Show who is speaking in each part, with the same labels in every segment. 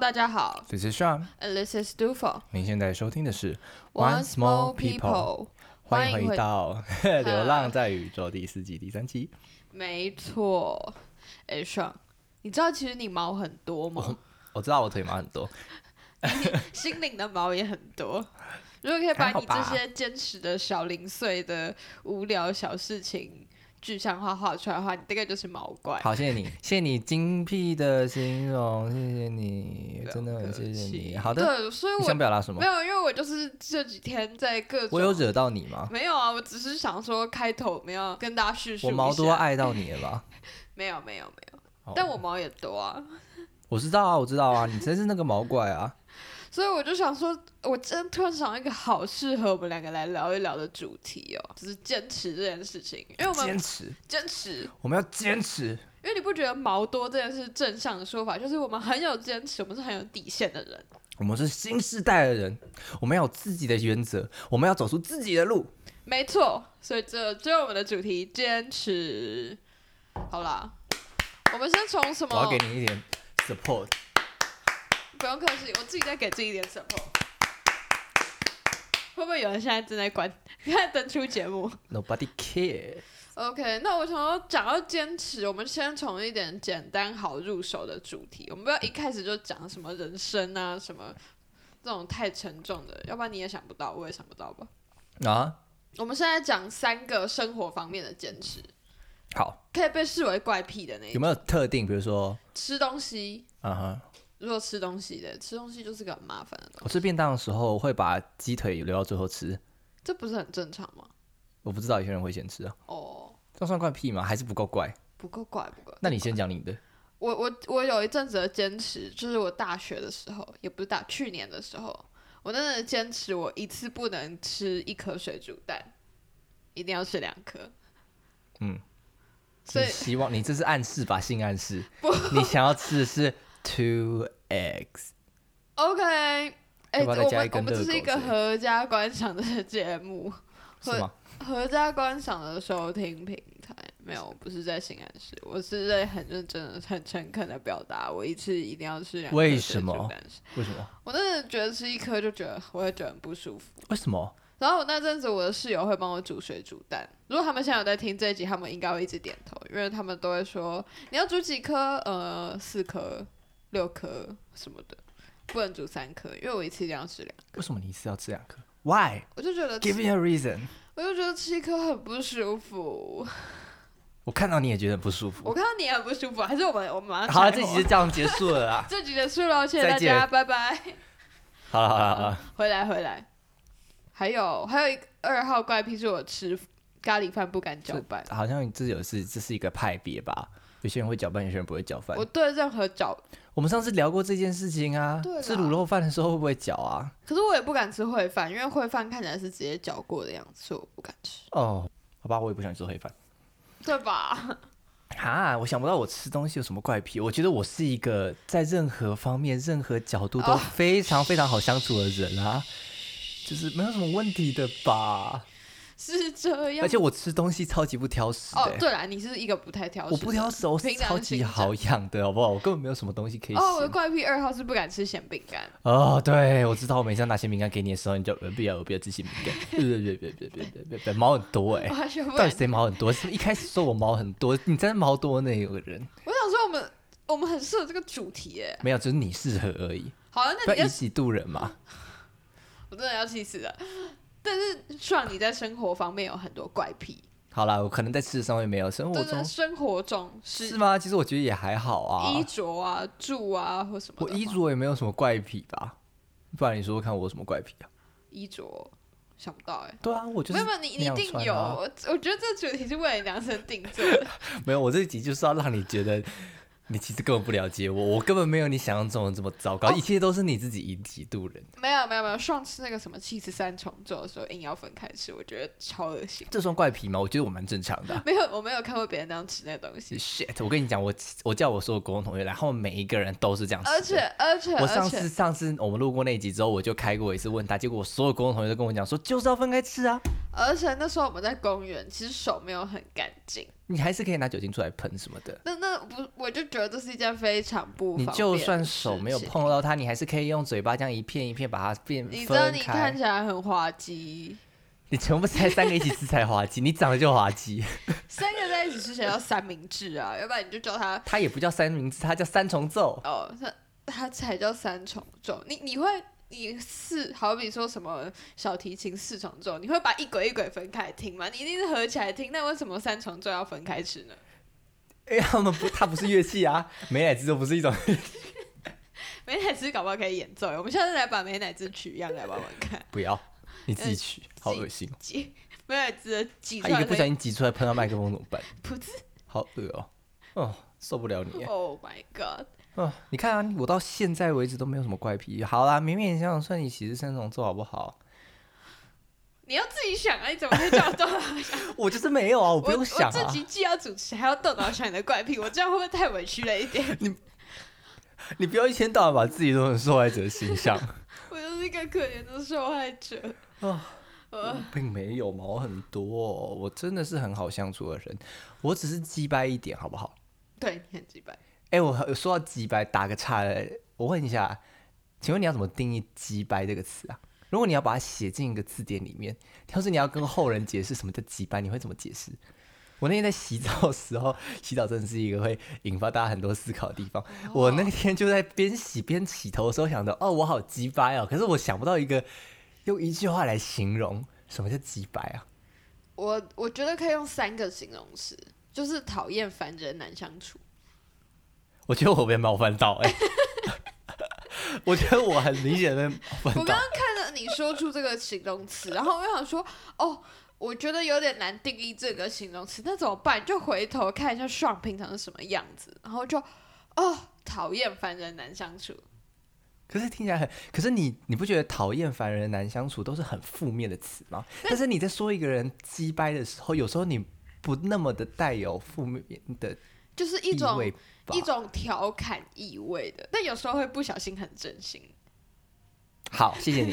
Speaker 1: 大家好
Speaker 2: This is Sean，
Speaker 1: ，and this is Dufo。
Speaker 2: 您现在收听的是
Speaker 1: Once more people，
Speaker 2: 欢
Speaker 1: 欢迎
Speaker 2: 迎
Speaker 1: 回
Speaker 2: 回到《流浪在宇宙》第四季第三期。
Speaker 1: 没错。哎、s e a n 你知道其实你毛很多吗？
Speaker 2: 我知道我腿毛很多，
Speaker 1: 心灵的毛也很多。如果可以 把
Speaker 2: 还好
Speaker 1: 你这
Speaker 2: 吧
Speaker 1: 些坚持的小零碎的无聊小事情具象化画出来的话，你大概就是毛怪。
Speaker 2: 好，谢 谢你，谢谢你精辟的形容，谢谢你，真的很谢谢你。好的，
Speaker 1: 对，所以
Speaker 2: 你
Speaker 1: 我
Speaker 2: 想表达什么
Speaker 1: 没？有，因为我就是这几天在各种
Speaker 2: 我有惹到你吗？
Speaker 1: 没有啊，我只是想说开头我们要跟大家叙述
Speaker 2: 我
Speaker 1: 一下。
Speaker 2: 毛多爱到你了吧？
Speaker 1: 没有没有没有，
Speaker 2: 哦
Speaker 1: 但我毛也多啊。
Speaker 2: 我知道啊，我知道啊，你真是那个毛怪啊！
Speaker 1: 所以我就想说，我真突然想到一个好适合我们两个来聊一聊的主题哦，就是坚持这件事情。因为我
Speaker 2: 坚
Speaker 1: 们
Speaker 2: 持，
Speaker 1: 坚持，
Speaker 2: 我们要坚持。
Speaker 1: 因为你不觉得毛多这件事正向的说法，就是我们很有坚持，我们是很有底线的人。
Speaker 2: 我们是新时代的人，我们要有自己的原则，我们要走出自己的路。
Speaker 1: 没错，所以这就是我们的主题——坚持。好啦，我们先从什
Speaker 2: 我要
Speaker 1: 么
Speaker 2: 给？你一点 support。
Speaker 1: 不用客气，我自己再给自己一点 support。会不会有人现在正在关， 现在登出节目？
Speaker 2: Nobody care。
Speaker 1: OK，那我想要讲到坚持，我们先从一点简单好入手的主题，我们不要一开始就讲什么人生啊，什么这种太沉重的，要不然你也想不到，我也想不到吧。
Speaker 2: 啊，
Speaker 1: 我们现在讲三个生活方面的坚持，
Speaker 2: 好，
Speaker 1: 可以被视为怪癖的那一
Speaker 2: 有
Speaker 1: 种。
Speaker 2: 没有特定？比如说，
Speaker 1: 吃东西，
Speaker 2: 啊哈，
Speaker 1: 如果吃东西的，吃东西就是个很麻烦的东西，
Speaker 2: 我吃便当的时候会把鸡腿留到最后吃，
Speaker 1: 这不是很正常吗？
Speaker 2: 我不知道有些人会先吃啊，
Speaker 1: 哦，
Speaker 2: 这算怪癖吗？还是不够怪？
Speaker 1: 不够怪，不够。
Speaker 2: 那你先讲你的，
Speaker 1: 我我我有一阵子的坚持，就是我大学的时候，也不是大去年的时候，我真的坚持我一次不能吃一颗水煮蛋，一定要吃两颗。
Speaker 2: 嗯，
Speaker 1: 所以
Speaker 2: 是希望你这是暗示吧，性暗示，你想要吃的是 two eggs，
Speaker 1: OK，哎、
Speaker 2: 要不要再
Speaker 1: 我
Speaker 2: 加
Speaker 1: 们
Speaker 2: 一根
Speaker 1: 我们这
Speaker 2: 热
Speaker 1: 是一
Speaker 2: 狗
Speaker 1: 个
Speaker 2: 之类的
Speaker 1: 合家观赏的 节目，会
Speaker 2: 是吗？
Speaker 1: 合家观赏的收听平台。没有，我不是在性暗示，我是在很认真的、很诚恳的表达，我一次一定要吃两颗
Speaker 2: 为
Speaker 1: 水
Speaker 2: 什
Speaker 1: 煮
Speaker 2: 么
Speaker 1: 蛋。
Speaker 2: 为什么？
Speaker 1: 我真的觉得吃一颗就觉得，我会觉得很不舒服。
Speaker 2: 为什么？
Speaker 1: 然后我那阵子我的室友会帮我煮水煮蛋，如果他们现在有在听这一集，他们应该会一直点头，因为他们都会说你要煮几颗，呃，四颗、六颗什么的，不能煮三颗，因为我一次一定要吃两颗。
Speaker 2: 为什么你一次要吃两颗？Why?
Speaker 1: 我就觉得吃，
Speaker 2: Give me a reason。
Speaker 1: 我就觉得吃一颗很不舒服。
Speaker 2: 我看到你也觉得不舒服。
Speaker 1: 我看到你很不舒服，还是我们我们马上
Speaker 2: 好了，
Speaker 1: 拆
Speaker 2: 这
Speaker 1: 伙。
Speaker 2: 集就这样结束了啦
Speaker 1: 这集结束了，谢谢大
Speaker 2: 再见
Speaker 1: 家，拜拜。
Speaker 2: 好了好了好了，
Speaker 1: 回来回来，还有还有一个二号怪癖是我吃咖喱饭不敢搅拌。
Speaker 2: 好像这有是这是一个派别吧？有些人会搅拌，有些人不会搅拌
Speaker 1: 我。对任何搅
Speaker 2: 我们上次聊过这件事情啊
Speaker 1: 对啦，
Speaker 2: 吃卤肉饭的时候会不会搅啊？
Speaker 1: 可是我也不敢吃烩饭，因为烩饭看起来是直接搅过的样子，所以我不敢吃，
Speaker 2: 哦，好吧，我也不想吃黑饭。
Speaker 1: 对吧？
Speaker 2: 哈，啊我想不到我吃东西有什么怪癖。我觉得我是一个在任何方面、任何角度都
Speaker 1: 哦
Speaker 2: 非常非常好相处的人啊，就是没有什么问题的吧。
Speaker 1: 是这样。
Speaker 2: 而且我吃东西超级不挑食的、
Speaker 1: 哦，对啦，你是一个不太挑食，
Speaker 2: 我不。挑食，哦我是
Speaker 1: 平常
Speaker 2: 超级
Speaker 1: 心
Speaker 2: 好养的，好不好？我根本没有什么东西可以
Speaker 1: 哦，我的
Speaker 2: 吃。
Speaker 1: 怪癖二号是不敢吃咸饼干，
Speaker 2: 哦，对，我知道，我每次拿些饼干给你的时候，你就呃不要，我不要吃些饼干，呃别别别别别别别，毛很多哎、
Speaker 1: 我完全不
Speaker 2: 到
Speaker 1: 敢
Speaker 2: 底。谁毛很多？是不是一开始说我毛很多，你真的毛多那有个人
Speaker 1: 我想说我们我们很适合这个主题耶。
Speaker 2: 没有，只是你适合而已，
Speaker 1: 好了，
Speaker 2: 不
Speaker 1: 那你
Speaker 2: 要
Speaker 1: 要
Speaker 2: 以己度人嘛。
Speaker 1: 我真的要气死了。但是算你在生活方面有很多怪癖，
Speaker 2: 好啦，我可能在吃的上面没有，生活
Speaker 1: 对对，
Speaker 2: 中
Speaker 1: 生活中
Speaker 2: 是
Speaker 1: 是
Speaker 2: 吗？其实我觉得也还好啊
Speaker 1: 衣，着啊、住啊或什么
Speaker 2: 我
Speaker 1: 的话。
Speaker 2: 衣着也没有什么怪癖吧。不然你说说看我有什么怪癖啊？
Speaker 1: 衣着想不到哎。
Speaker 2: 对啊，我就
Speaker 1: 没
Speaker 2: 是
Speaker 1: 有没有，你
Speaker 2: 那
Speaker 1: 你一
Speaker 2: 样
Speaker 1: 定
Speaker 2: 穿
Speaker 1: 有，
Speaker 2: 啊
Speaker 1: 我我觉得这主题是为了量身定做的。
Speaker 2: 没有，我这一集就是要让你觉得你其实根本不了解我，我根本没有你想象中的这么糟糕，
Speaker 1: 哦
Speaker 2: 一切都是你自己以己度人，
Speaker 1: 没有没有没有，上次那个什么七十三重奏的时候硬要分开吃，我觉得超恶心。
Speaker 2: 这算怪癖吗？我觉得我蛮正常的啊、
Speaker 1: 没有，我没有看过别人那样吃那东
Speaker 2: 哦
Speaker 1: 西，
Speaker 2: shit！我跟你讲，我我叫我所有国中同学来，他们每一个人都是这样吃的。
Speaker 1: 而且而且
Speaker 2: 我上
Speaker 1: 而
Speaker 2: 次
Speaker 1: 且，
Speaker 2: 上次我们录过那一集之后，我就开过一次问他，结果我所有国中同学都跟我讲说，就是要分开吃啊。
Speaker 1: 而且那时候我们在公园，其实手没有很干净，
Speaker 2: 你还是可以拿酒精出来喷什么的。
Speaker 1: 那那不，我就觉得这是一件非常不
Speaker 2: 你
Speaker 1: 方
Speaker 2: 就
Speaker 1: 便的
Speaker 2: 算手
Speaker 1: 事
Speaker 2: 没有
Speaker 1: 情，
Speaker 2: 碰到它，你还是可以用嘴巴这样一片一片把它变
Speaker 1: 你知道
Speaker 2: 分
Speaker 1: 你
Speaker 2: 开
Speaker 1: 看。起来很滑稽，
Speaker 2: 你全部才三个一起吃才滑 稽，你长得就滑稽。
Speaker 1: 三个在一起吃起来叫三明治啊，要不然你就叫它
Speaker 2: 它也不叫三明治，它叫三重奏。
Speaker 1: 哦，它它才叫三重奏。你你会你四好比说什么小提琴四重奏，你会把一轨一轨分开听吗？你一定是合起来听，那为什么三重奏要分开吃呢？
Speaker 2: 哎、他们不，它不是乐器啊，美乃滋都不是一种。
Speaker 1: 美乃滋搞不好可以演奏，我们下次来把美乃滋取样来玩玩看。
Speaker 2: 不要，你自己取，
Speaker 1: 呃
Speaker 2: 好恶心哦。
Speaker 1: 挤美乃滋的挤
Speaker 2: 他
Speaker 1: 出
Speaker 2: 啊一
Speaker 1: 来
Speaker 2: 个不
Speaker 1: 的
Speaker 2: 小心挤出来碰到麦克风怎么 办？
Speaker 1: 噗嗤
Speaker 2: 好恶哦、哦，受不了你。
Speaker 1: ，Oh my god！
Speaker 2: 哦，你看啊，我到现在为止都没有什么怪癖。好啦，勉勉强强算你喜事三重奏好不 好？
Speaker 1: 你要自己想啊，你 怎么会叫我动脑想？
Speaker 2: 我就是没有啊， 我
Speaker 1: 我
Speaker 2: 不用想
Speaker 1: 我
Speaker 2: 啊
Speaker 1: 自。己既要主持，还要动脑想你的怪癖，我这样会不会太委屈了一点？
Speaker 2: 你不要一天到晚把自己弄成受害者的形象。
Speaker 1: 我就是一个可怜的受害者。
Speaker 2: 哦
Speaker 1: 呃，
Speaker 2: 并没有毛很多哦、我真的是很好相处的人，我只是鸡掰一点，好不好？
Speaker 1: 对你很鸡掰。
Speaker 2: 哎、我说到鸡掰，打个岔了，我问一下，请问你要怎么定义“鸡掰”这个词啊？如果你要把它写进一个字典里面，要是你要跟后人解释什么叫“鸡掰”，你会怎么解释？我那天在洗澡的时候，洗澡真的是一个会引发大家很多思考的地方。
Speaker 1: 哦
Speaker 2: 我那天就在边洗边洗头的时候，想着哦，我好鸡掰哦，可是我想不到一个用一句话来形容什么叫鸡掰啊。
Speaker 1: 我我觉得可以用三个形容词，就是讨厌、烦人、难相处。
Speaker 2: 我觉得我被冒犯到哎、 我觉得我很明显被冒犯到。
Speaker 1: 我刚刚看着你说出这个形容词，然后我就想说，哦，我觉得有点难定义这个形容词，那怎么办？就回头看一下爽平常是什么样子，然后就，哦，讨厌、烦人、难相处。
Speaker 2: 可是听起来很，可是你你不觉得讨厌、烦人、难相处都是很负面的词吗？但是你在说一个人鸡掰的时候，有时候你不那么的带有负面的
Speaker 1: 就是一
Speaker 2: 意
Speaker 1: 种
Speaker 2: 味吧
Speaker 1: 一。种调侃意味的，但有时候会不小心很真心，
Speaker 2: 好，谢谢你。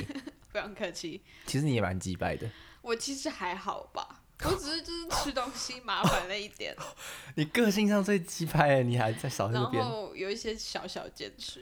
Speaker 1: 非常客气。
Speaker 2: 其实你也蛮鸡掰的，
Speaker 1: 我其实还好吧，我只是就是吃东西麻烦了一点，
Speaker 2: 你个性上最鸡掰了，你还在少数
Speaker 1: 然
Speaker 2: 边。
Speaker 1: 后有一些小小坚持。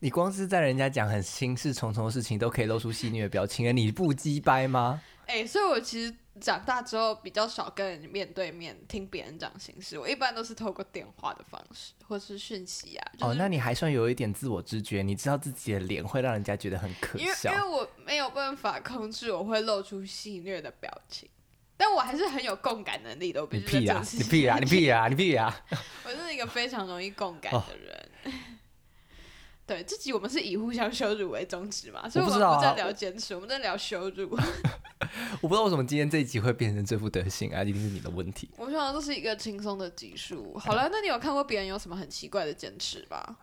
Speaker 2: 你光是在人家讲很心事重重的事情，都可以露出戏谑的表情了，你不鸡掰吗？
Speaker 1: 哎、所以我其实长大之后比较少跟人面对面听别人讲心事，我一般都是透过电话的方式或是讯息啊。就是、
Speaker 2: 哦，那你还算有一点自我知觉，你知道自己的脸会让人家觉得很可
Speaker 1: 因为因
Speaker 2: 笑
Speaker 1: 为。我没有办法控制我会露出戏谑的表情，但我还是很有共感能力的。我必
Speaker 2: 你
Speaker 1: 须在
Speaker 2: 屁
Speaker 1: 这
Speaker 2: 呀、
Speaker 1: 种事
Speaker 2: 你
Speaker 1: 情
Speaker 2: 屁 呀、你屁呀、你屁呀、
Speaker 1: 我是一个非常容易共感
Speaker 2: 哦
Speaker 1: 的人。 对，这集我们是以互相羞辱为宗旨嘛，所以
Speaker 2: 我
Speaker 1: 我
Speaker 2: 不
Speaker 1: 们
Speaker 2: 知道啊
Speaker 1: 在聊坚持，我们在聊羞辱。
Speaker 2: 我不知道为什么今天这一集会变成这副德行啊，一定是你的问题。
Speaker 1: 我想这是一个轻松的集数。好
Speaker 2: 嗯
Speaker 1: 了，那你有看过别人有什么很奇怪的坚持吧？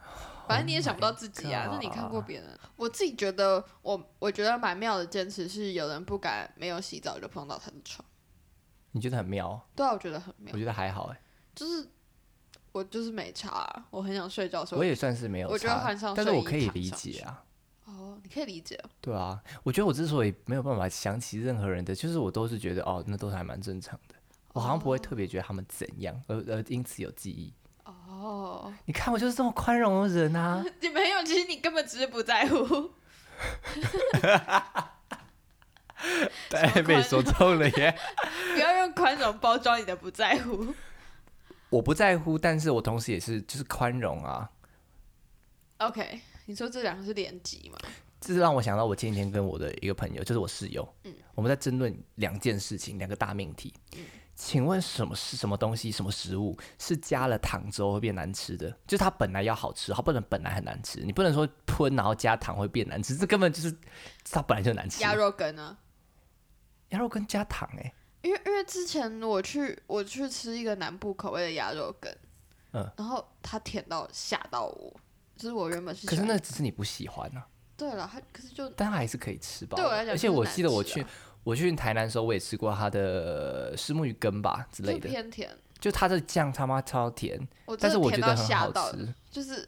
Speaker 1: 反正你也想不到自己啊
Speaker 2: Oh my
Speaker 1: 那
Speaker 2: god
Speaker 1: 你看过别人？我自己觉得我，我觉得蛮妙的坚持是有人不敢没有洗澡就碰到他的床。
Speaker 2: 你觉得很妙？
Speaker 1: 对啊，我觉得很妙
Speaker 2: 我，觉得还好哎、
Speaker 1: 就是我就是没差啊、我很想睡觉的时候
Speaker 2: 我，也算是没有差，
Speaker 1: 我觉得换上
Speaker 2: 但是
Speaker 1: 睡
Speaker 2: 我
Speaker 1: 衣
Speaker 2: 可以
Speaker 1: 躺
Speaker 2: 理
Speaker 1: 上
Speaker 2: 解
Speaker 1: 去
Speaker 2: 啊。
Speaker 1: 哦，你可以理解哦。
Speaker 2: 对啊，我觉得我之所以没有办法想起任何人的，就是我都是觉得哦，那都是还蛮正常的，我好像不会特别觉得他们怎样，而而因此有记忆。
Speaker 1: 哦，
Speaker 2: 你看我就是这么宽容的人啊！
Speaker 1: 你没有，其实你根本只是不在乎。
Speaker 2: 对，被说中了 耶！
Speaker 1: 不要用宽容包装你的不在乎。
Speaker 2: 我不在乎，但是我同时也是就是宽容啊。
Speaker 1: OK，你说这两个是连级 嘛？
Speaker 2: 这是让我想到我前几天跟我的一个朋友，就是我室友，
Speaker 1: 嗯
Speaker 2: 我们在争论两件事情，两个大命题。请问什么是什么东西，什么食物是加了糖之后会变难吃的？就是它本来要好吃，它不能本来很难吃。你不能说喷然后加糖会变难吃，这根本就是它本来就难吃。
Speaker 1: 鸭肉羹啊，
Speaker 2: 鸭肉跟加糖哎、
Speaker 1: 因为因为之前我去我去吃一个南部口味的鸭肉羹，
Speaker 2: 嗯，
Speaker 1: 然后它甜到吓到我，就是我原本是
Speaker 2: 可是
Speaker 1: 喜欢
Speaker 2: 那只是你不喜欢啊，
Speaker 1: 对了，它可是就
Speaker 2: 但它还是可以吃吧？
Speaker 1: 对我来讲
Speaker 2: 而且
Speaker 1: 就是
Speaker 2: 我
Speaker 1: 难
Speaker 2: 记得我
Speaker 1: 吃
Speaker 2: 去
Speaker 1: 啊
Speaker 2: 我去台南的时候，我也吃过它的石目鱼羹吧之类
Speaker 1: 就
Speaker 2: 的，
Speaker 1: 偏甜，
Speaker 2: 就它的酱他妈超甜，
Speaker 1: 我真
Speaker 2: 但是
Speaker 1: 的
Speaker 2: 我觉
Speaker 1: 甜
Speaker 2: 得很
Speaker 1: 吓
Speaker 2: 好
Speaker 1: 到，
Speaker 2: 吃。啊
Speaker 1: 就是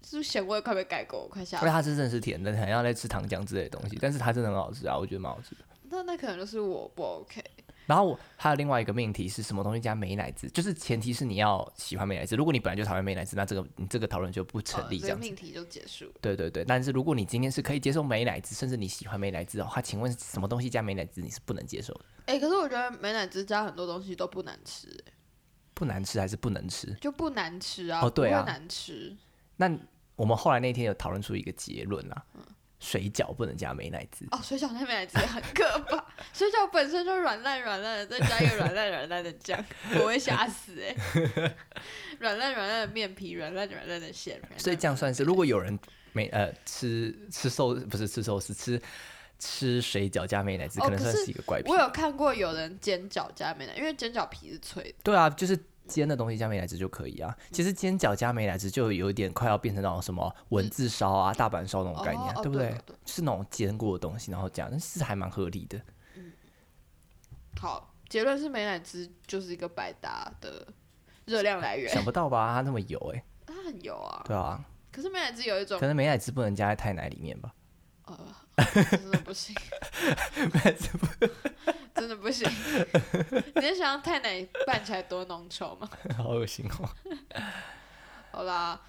Speaker 1: 就是咸味快被盖过，我快吓
Speaker 2: 因为
Speaker 1: 到。
Speaker 2: 它是真的是甜的，很像在吃糖浆之类的东西，但是它真的很好吃啊，我觉得蛮好吃的。
Speaker 1: 那那可能就是我不 OK，
Speaker 2: 然后我还有另外一个命题是什么东西加美乃滋，就是前提是你要喜欢美乃滋。如果你本来就讨厌美乃滋，那这个你这个讨论就不成立
Speaker 1: 嗯
Speaker 2: 这
Speaker 1: 哦这个
Speaker 2: 样子。
Speaker 1: 命题就结束。
Speaker 2: 对对对，但是如果你今天是可以接受美乃滋，甚至你喜欢美乃滋的话，请问什么东西加美乃滋你是不能接受的？
Speaker 1: 哎、可是我觉得美乃滋加很多东西都不难吃、欸
Speaker 2: 不难吃还是不能吃？
Speaker 1: 就不难吃啊，
Speaker 2: 哦对啊
Speaker 1: 不会难吃。
Speaker 2: 那我们后来那天有讨论出一个结论啦，水饺不能加美乃滋。
Speaker 1: 哦，水饺那美乃滋也很可怕，水饺本身就软烂软烂的，再加一个软烂软烂的酱，我会吓死哎、软烂软烂的面皮，软烂软烂的馅，软烂
Speaker 2: 所以这样算是，
Speaker 1: 软
Speaker 2: 如果有人没呃吃吃寿不是吃寿司吃吃水饺加美乃滋，
Speaker 1: 哦
Speaker 2: 可能
Speaker 1: 可
Speaker 2: 算
Speaker 1: 是
Speaker 2: 是一个怪癖。
Speaker 1: 烂我有看过有人煎饺加美乃，因为煎饺皮是脆的，
Speaker 2: 对啊，就是煎的东西加美乃滋就可以啊。其实煎饺加美乃滋就有一点快要变成那种什么文字烧啊、大阪烧那种概念啊，
Speaker 1: 哦哦
Speaker 2: 对不
Speaker 1: 对
Speaker 2: 对？
Speaker 1: 对对
Speaker 2: 就是那种煎过的东西，然后这样，但是还蛮合理 的。
Speaker 1: 好，结论是美乃滋就是一个百搭的热量来源，
Speaker 2: 想不到吧？它那么油哎、
Speaker 1: 它很油啊。
Speaker 2: 对啊，
Speaker 1: 可是美乃滋有一种
Speaker 2: 可能美乃滋不能加在太奶里面吧？
Speaker 1: 呃，真的不行， 真的不行。你在想太奶拌起来多浓稠吗？
Speaker 2: 好恶心哦！
Speaker 1: 好啦，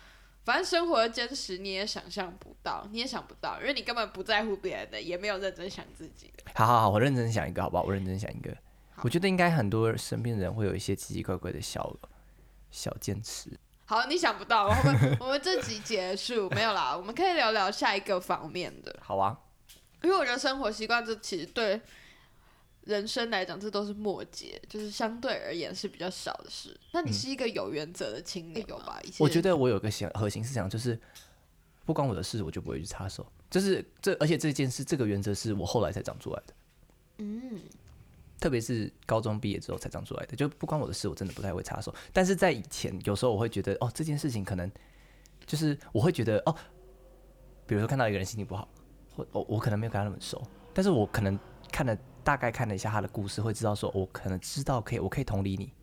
Speaker 1: 反正生活的真实你也想象不到，你也想不到，因为你根本不在乎别人的，也没有认真想自己的。
Speaker 2: 好好好，我认真想一个，好不好？我认真想一个
Speaker 1: 好。
Speaker 2: 我觉得应该很多身边的人会有一些奇奇怪怪的小小坚持。
Speaker 1: 好，你想不到，我们 我们这集结束没有啦？我们可以聊聊下一个方面的，
Speaker 2: 好啊，
Speaker 1: 因为我觉得生活习惯这其实对人生来讲，这都是末节，就是相对而言是比较少的事。那你是一个有原则的青年有吧？一
Speaker 2: 嗯
Speaker 1: 些
Speaker 2: 我觉得我有个想核心思想就是，不关我的事，我就不会去插手。就是这，而且这件事，这个原则是我后来才长出来的。嗯，特别是高中毕业之后才长出来的，就不关我的事，我真的不太会插手。但是在以前，有时候我会觉得，哦，这件事情可能就是我会觉得，哦，比如说看到一个人心情不好，我我我可能没有跟他那么熟，但是我可能看了大概看了一下他的故事，会知道说，我可能知道可以，我可以同理你。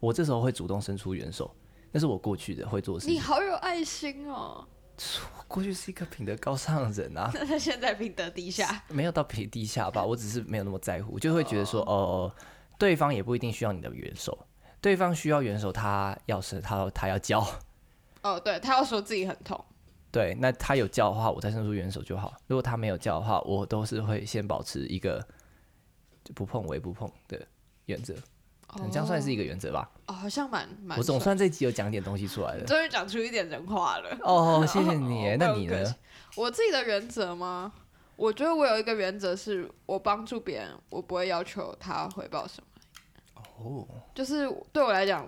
Speaker 2: 我这时候会主动伸出援手，那是我过去的会做的事情
Speaker 1: 你。好有爱心哦。
Speaker 2: 过去是一个品德高尚的人啊，
Speaker 1: 那他现在品德低下，
Speaker 2: 没有到平地下吧，我只是没有那么在乎，就会觉得说，哦、对方也不一定需要你的援手，对方需要援手，他要是他他要教，
Speaker 1: 哦，对他要说自己很痛，
Speaker 2: 对，那他有教的话，我再伸出援手就好；如果他没有教的话，我都是会先保持一个就不碰为不碰的原则，嗯
Speaker 1: 哦
Speaker 2: 这样算是一个原则吧。
Speaker 1: 哦，啊好像蛮蛮。
Speaker 2: 我总算这集有讲点东西出来了。
Speaker 1: 终于讲出一点人话了。
Speaker 2: 哦，谢谢你
Speaker 1: 哦，
Speaker 2: 那你？
Speaker 1: 不用
Speaker 2: 呢
Speaker 1: 客气？我自己的原则吗？我觉得我有一个原则是，我帮助别人，我不会要求他回报什么。
Speaker 2: 哦，
Speaker 1: 就是对我来讲，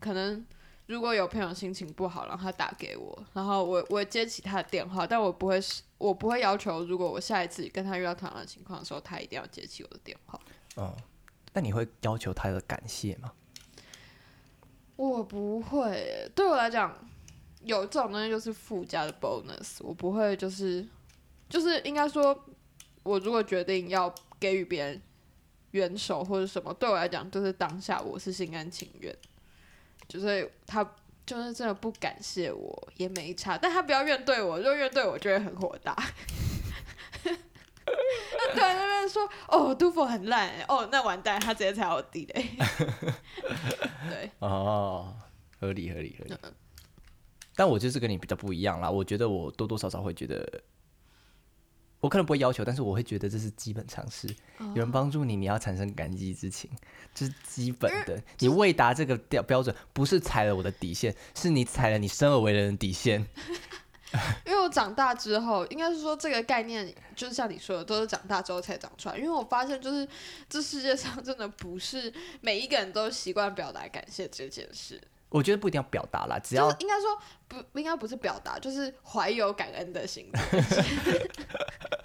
Speaker 1: 可能如果有朋友心情不好，然后他打给我，然后我我接起他的电话，但我不会是，我不会要求，如果我下一次跟他遇到同样的情况的时候，他一定要接起我的电话。
Speaker 2: 嗯，那你会要求他的感谢吗？
Speaker 1: 我不会耶，对我来讲，有这种东西就是附加的 bonus，我不会就是就是应该说，我如果决定要给予别人援手或者什么，对我来讲就是当下我是心甘情愿，就是他就是真的不感谢我也没差，但他不要怨对我，如果怨对我就会很火大。 他突然在那边说：“哦，杜甫很烂耶，哦，那完蛋，他直接踩我地雷。” 对，
Speaker 2: 哦，合理合理合理。
Speaker 1: 嗯
Speaker 2: 但我就是跟你比较不一样啦，我觉得我多多少少会觉得，我可能不会要求，但是我会觉得这是基本常识。
Speaker 1: 哦
Speaker 2: 有人帮助你，你要产生感激之情，这是基本
Speaker 1: 嗯
Speaker 2: 的。你未达这个标标准，不是踩了我的底线，是你踩了你生而为人的底 线。
Speaker 1: 因为我长大之后，应该是说这个概念，就是像你说的，都是长大之后才长出来。因为我发现，就是这世界上真的不是每一个人都习惯表达感谢这件事，
Speaker 2: 我觉得不一定要表达啦，只
Speaker 1: 就
Speaker 2: 要
Speaker 1: 是应该说不应该不是表达，就是怀有感恩的心。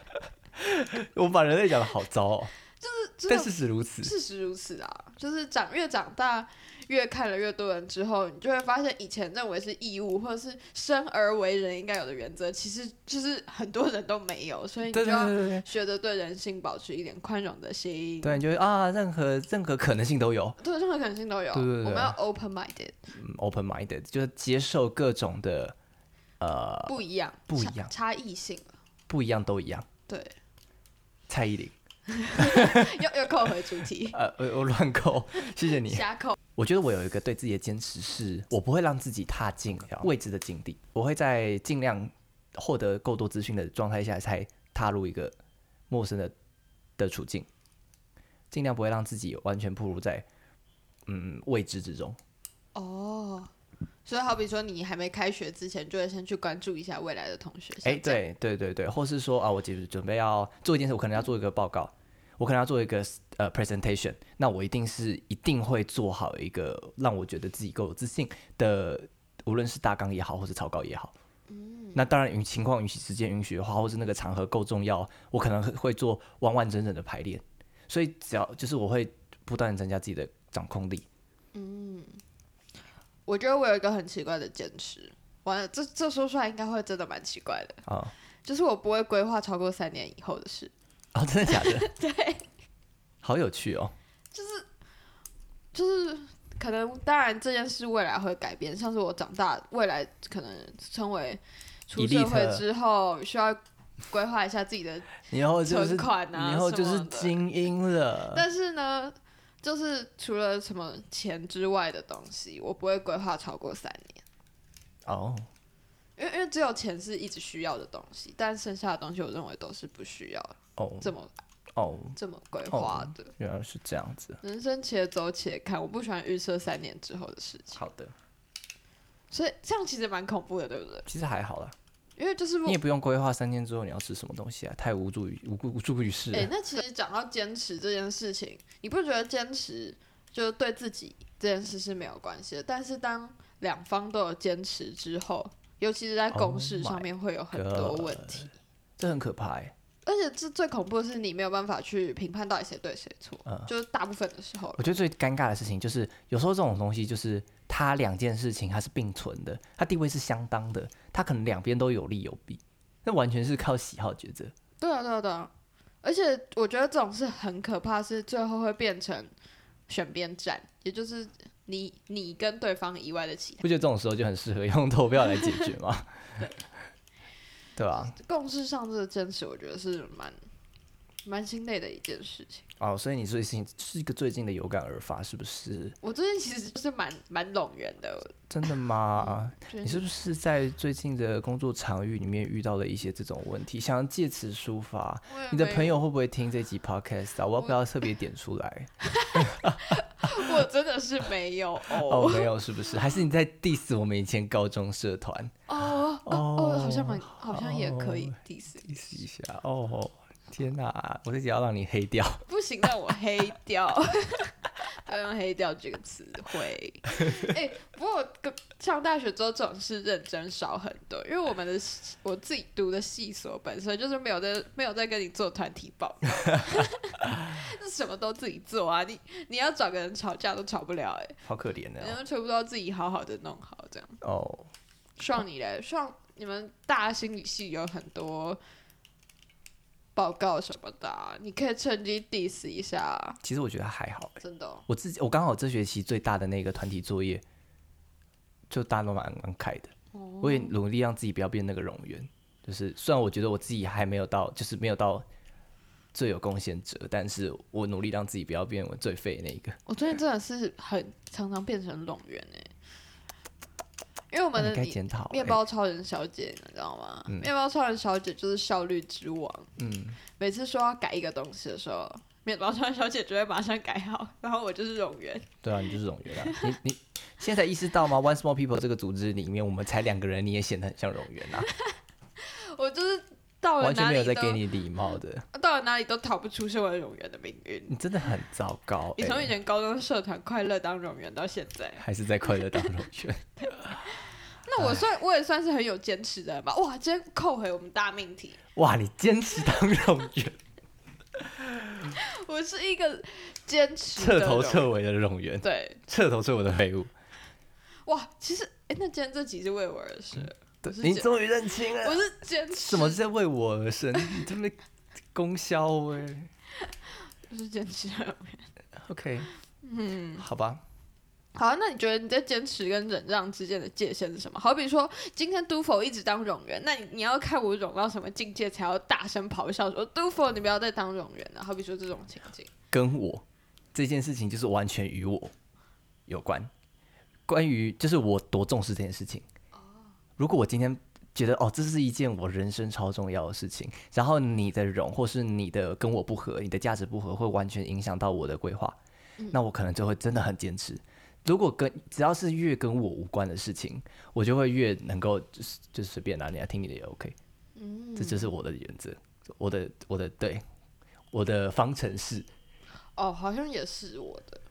Speaker 2: 我把人类讲的好糟哦，
Speaker 1: 真的
Speaker 2: 但事实如此。
Speaker 1: 事实如此啊，就是长越长大，越看了越多人之后，你就会发现以前认为是义务或者是生而为人应该有的原则，其实就是很多人都没有，所以你
Speaker 2: 对
Speaker 1: 就
Speaker 2: 对
Speaker 1: 要
Speaker 2: 对对对，
Speaker 1: 学着对人性保持一点宽容的心。
Speaker 2: 对，你就会啊，任何任何可能性都有。
Speaker 1: 对，任何可能性都有。
Speaker 2: 对对对
Speaker 1: 我们要 open minded，
Speaker 2: 嗯 open minded，就是接受各种的呃
Speaker 1: 不一样，
Speaker 2: 不一
Speaker 1: 差
Speaker 2: 样
Speaker 1: 差异性。
Speaker 2: 不一样都一样。
Speaker 1: 对，
Speaker 2: 蔡依林，
Speaker 1: 又又扣回主题，
Speaker 2: 呃，我我乱扣， 谢谢 你。
Speaker 1: 瞎扣。
Speaker 2: 我觉得我有一个对自己的坚持是，我不会让自己踏进呃未知的境地，我会在尽量获得够多资讯的状态下，才踏入一个陌生的的处境，尽量不会让自己完全暴露在嗯未知之中。
Speaker 1: 哦，所以好比说，你还没开学之前，就会先去关注一下未来的同学。
Speaker 2: 哎、
Speaker 1: 像这样，
Speaker 2: 对对对对，或是说啊，我准准备要做一件事，我可能要做一个报告，我可能要做一个呃 presentation，那我一定是一定会做好一个让我觉得自己够有自信的，无论是大纲也好，或是草稿也好。
Speaker 1: 嗯
Speaker 2: 那当然，允情况允许、时间允许的话，或是那个场合够重要，我可能会会做完完整整的排练。所以只要就是我会不断的增加自己的掌控力。
Speaker 1: 我觉得我有一个很奇怪的坚持。完了，这这说出来应该会真的蛮奇怪的
Speaker 2: 啊
Speaker 1: 就是我不会规划超过三年以后的事。
Speaker 2: 哦，真的假 的？对，好有趣哦。
Speaker 1: 就是可能当然这件事未来会改变，像是我长大未来可能成为出社会
Speaker 2: Elite
Speaker 1: 之后，需要规划一下自己的
Speaker 2: 你以后就是
Speaker 1: 存款 啊，
Speaker 2: 以后就是
Speaker 1: 金。
Speaker 2: 精英了。
Speaker 1: 但是呢，就是除了什么钱之外的东西，我不会规划超过三年，
Speaker 2: 哦，
Speaker 1: 因为因为只有钱是一直需要的东西，但剩下的东西我认为都是不需要
Speaker 2: 哦，
Speaker 1: 这么
Speaker 2: 哦，
Speaker 1: 这么规划的。
Speaker 2: 原来是这样子。
Speaker 1: 人生且走且看，我不喜欢预测三年之后的事情，
Speaker 2: 好的，
Speaker 1: 所以这样其实蛮恐怖的，对不对？
Speaker 2: 其实还好啦，
Speaker 1: 因为就是我
Speaker 2: 你也不用规划三天之后你要吃什么东西啊，太无助于无无助于事了。
Speaker 1: 哎、那其实讲到坚持这件事情，你不觉得坚持就是对自己这件事是没有关系的？但是当两方都有坚持之后，尤其是在
Speaker 2: Oh
Speaker 1: 共事上
Speaker 2: my
Speaker 1: 面会有很多问题，
Speaker 2: 这很可怕哎、
Speaker 1: 而且这最恐怖的是你没有办法去评判到底谁对谁错，
Speaker 2: 嗯
Speaker 1: 就是大部分的时候了
Speaker 2: 我觉得最尴尬的事情就是，有时候这种东西就是它两件事情它是并存的，它地位是相当的，它可能两边都有利有弊，那完全是靠喜好抉择。
Speaker 1: 对啊，对啊，对啊。而且我觉得这种是很可怕，是最后会变成选边站，也就是你你跟对方以外的其他。
Speaker 2: 不觉得这种时候就很适合用投票来解决 吗？对啊吧、
Speaker 1: 共识上这个坚持，我觉得是蛮蛮心累的一件事情。
Speaker 2: 哦，所以你最近是一个最近的有感而发，是不是？
Speaker 1: 我最近其实就是蛮蛮拢人的，我
Speaker 2: 真的吗？
Speaker 1: 觉
Speaker 2: 你
Speaker 1: 得
Speaker 2: 是不是在最近的工作场域里面遇到了一些这种问题，想要借此抒发？
Speaker 1: 我也
Speaker 2: 你的
Speaker 1: 没
Speaker 2: 朋友会不会听这集 podcast 啊？我要不要特别点出来？
Speaker 1: 有，我真的是没有
Speaker 2: 哦，
Speaker 1: 哦
Speaker 2: 没有，是不是？还是你在 diss 我们以前高中社团
Speaker 1: 哦哦
Speaker 2: 哦
Speaker 1: 哦，好像蛮好像也可以
Speaker 2: 哦
Speaker 1: diss，
Speaker 2: ？diss 一下哦。天哪、我这集要让你黑掉。
Speaker 1: 不行让我黑掉， 要用黑掉这个词汇。哎、不过我跟上大学之后这种事认真少很多，因为我们的系我自己读的系所本身就是没有在没有在跟你做团体报告，那什么都自己做啊，你你要找个人吵架都吵不了、哎。
Speaker 2: 好可怜
Speaker 1: 你
Speaker 2: 哦。
Speaker 1: 们全部都要自己好好的弄好，这样。
Speaker 2: 哦，
Speaker 1: 上你嘞，上你们大心理系有很多报告什么的啊、你可以趁机 diss 一下啊，
Speaker 2: 其实我觉得还好。
Speaker 1: 真的哦、
Speaker 2: 我自己，我刚好这学期最大的那个团体作业，就大家都蛮蛮开的。
Speaker 1: 哦
Speaker 2: 我也努力让自己不要变那个冗员，就是虽然我觉得我自己还没有到，就是没有到最有贡献者，但是我努力让自己不要变我最废的那一个。
Speaker 1: 我最近真的是很常常变成拢员哎、因为我
Speaker 2: 那哦
Speaker 1: 们
Speaker 2: 你
Speaker 1: 的
Speaker 2: 该
Speaker 1: 你
Speaker 2: 检讨、欸
Speaker 1: 面包超人小姐，你知道吗？面包超人小姐就是效率之王，
Speaker 2: 欸，嗯，
Speaker 1: 每次说要改一个东西的时候，面包超人小姐就会马上改好，然后我就是冗员。
Speaker 2: 对啊，你就是冗员啊。你你现在才意识到吗？One Small People 这个组织里面，我们才两个人，你也显得很像冗员啊，
Speaker 1: 我就是到了
Speaker 2: 完全
Speaker 1: 哪
Speaker 2: 没
Speaker 1: 里
Speaker 2: 有
Speaker 1: 都
Speaker 2: 在给你礼貌 的，
Speaker 1: 到了哪里都逃不出身为冗员的命运。
Speaker 2: 你真的很糟糕、
Speaker 1: 你从以
Speaker 2: 欸。
Speaker 1: 前高中社团快乐当冗员到现在，啊
Speaker 2: 还是在快乐当冗员。
Speaker 1: 那我算我也算是很有坚持的人吧。哇，今天扣回我们大命题，
Speaker 2: 哇，你坚持当冗员。
Speaker 1: 我是一个坚持
Speaker 2: 彻
Speaker 1: 的
Speaker 2: 头
Speaker 1: 冗
Speaker 2: 彻尾的冗员，
Speaker 1: 对，
Speaker 2: 彻头彻尾的废物。
Speaker 1: 哇，其实哎、那今天这集是为我而生，我是
Speaker 2: 你
Speaker 1: 坚
Speaker 2: 终于认清
Speaker 1: 我
Speaker 2: 了，
Speaker 1: 是坚持，
Speaker 2: 呃什么是在为我而生？你这么功销哎。
Speaker 1: 我是坚持的人。
Speaker 2: OK，嗯，好吧，
Speaker 1: 好啊，那你觉得你在坚持跟忍让之间的界限是什么？好比说，今天都否一直当冗员，那你你要看我冗到什么境界才要大声咆哮说都否你不要再当冗员了？好比说这种情景，
Speaker 2: 跟我这件事情就是完全与我有关，关于就是我多重视这件事情。如果我今天觉得哦，这是一件我人生超重要的事情，然后你的容或是你的跟我不合，你的价值不合，会完全影响到我的规划，那我可能就会真的很坚持。如果跟只要是越跟我无关的事情，我就会越能够就是就随便拿、你来听你的也 OK。嗯，这就是我的原则，我的我的对我的方程式。
Speaker 1: 哦，好像也是我的。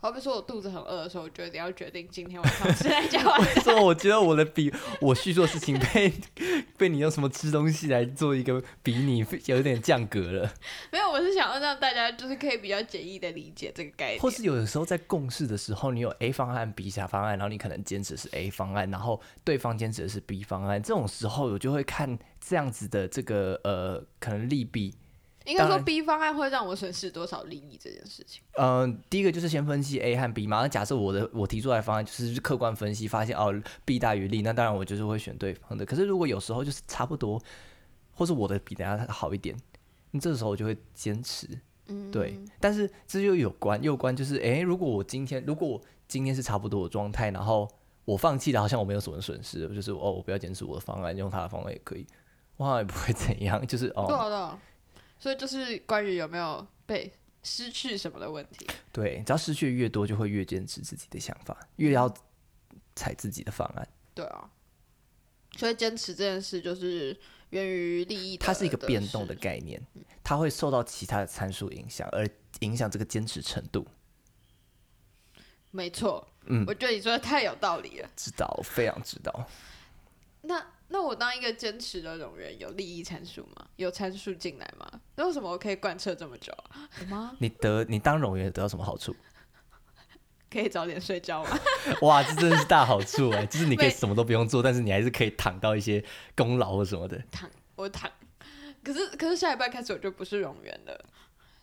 Speaker 1: 好比说我肚子很饿的时候，我觉得你要决定今天晚上吃 哪家晚
Speaker 2: 为什么我觉得我的比我叙述的事情被 被你用什么吃东西来做一个比拟，有点降格了？
Speaker 1: 没有，我是想要让大家就是可以比较简易的理解这个概 念。
Speaker 2: 或是有的时候在共事的时候，你有 A 方案、B 下方案，然后你可能坚持是 A 方案，然后对方坚持的是 B 方案，这种时候我就会看这样子的这个呃可能利弊。
Speaker 1: 应该
Speaker 2: 当
Speaker 1: 说
Speaker 2: 然
Speaker 1: B 方案会让我损失多少利益这件事情。
Speaker 2: 嗯、第一个就是先分析 A 和 B 嘛。那假设我的我提出来的方案就是客观分析，发现哦 B 大于利，那当然我就是会选对方的。可是如果有时候就是差不多，或是我的比人家好一点，那这时候我就会坚持。
Speaker 1: 嗯，
Speaker 2: 对，但是这又有关，又关就是，诶，如果我今天，如果我今天是差不多的状态，然后我放弃了，好像我没有什么损失，就是哦，我不要坚持我的方案，用他的方案也可以，我好像也不会怎样，就是
Speaker 1: 对
Speaker 2: 哦，
Speaker 1: 啊对啊。所以就是关于有没有被失去什么的问题。
Speaker 2: 对，只要失去的越多，就会越坚持自己的想法，越要采自己的方案，
Speaker 1: 对啊，所以坚持这件事就是源于利益的，
Speaker 2: 它是一个嗯变动
Speaker 1: 事
Speaker 2: 的。概念，它会受到其他的参数影响，而影响这个坚持程度。
Speaker 1: 没错，
Speaker 2: 嗯
Speaker 1: 我觉得你说的太有道理了。
Speaker 2: 知道，非常知道。
Speaker 1: 那那我当一个坚持的冗员，有利益参数吗？有参数进来吗？那为什么我可以贯彻这么久、啊？有吗？
Speaker 2: 你得你当冗员得到什么好处？
Speaker 1: 可以早点睡觉吗？
Speaker 2: 哇，这真的是大好处哎！就是你可以
Speaker 1: 对
Speaker 2: 什么都不用做，但是你还是可以躺到一些功劳或什么的。
Speaker 1: 躺，我躺。可是可是下一班开始我就不是冗员了，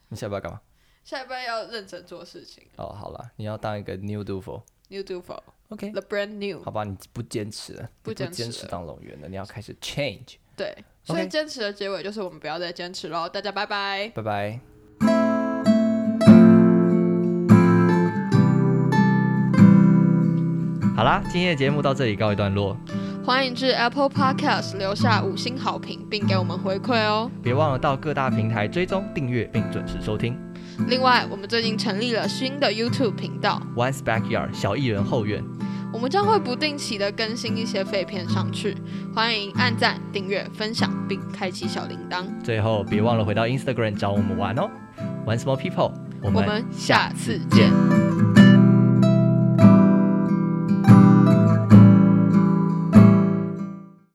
Speaker 2: 你下班要干嘛？
Speaker 1: 下一班要认真做事情。
Speaker 2: 哦，好了，你要当一个 new d o f o
Speaker 1: New do for
Speaker 2: OK，
Speaker 1: the brand new，
Speaker 2: 好吧，你不坚持了，
Speaker 1: 不
Speaker 2: 你
Speaker 1: 坚持
Speaker 2: 坚持当冗员了，你要开始 change。
Speaker 1: 对，所以
Speaker 2: OK
Speaker 1: 坚持的结尾就是我们不要再坚持喽，大家拜拜。
Speaker 2: 拜拜。好啦，今天的节目到这里告一段落，
Speaker 1: 欢迎至 Apple Podcast 留下五星好评，并给我们回馈哦。
Speaker 2: 别忘了到各大平台追踪、订阅并准时收听。
Speaker 1: 另外，我们最近成立了新的 YouTube 频道，
Speaker 2: Once Backyard 小艺人后院，
Speaker 1: 我们将会不定期的更新一些废片上去，欢迎按赞、订阅、分享，并开启小铃铛。
Speaker 2: 最后别忘了回到 Instagram 找我们玩哦。玩 small people，我
Speaker 1: 我
Speaker 2: 们
Speaker 1: 们下次见。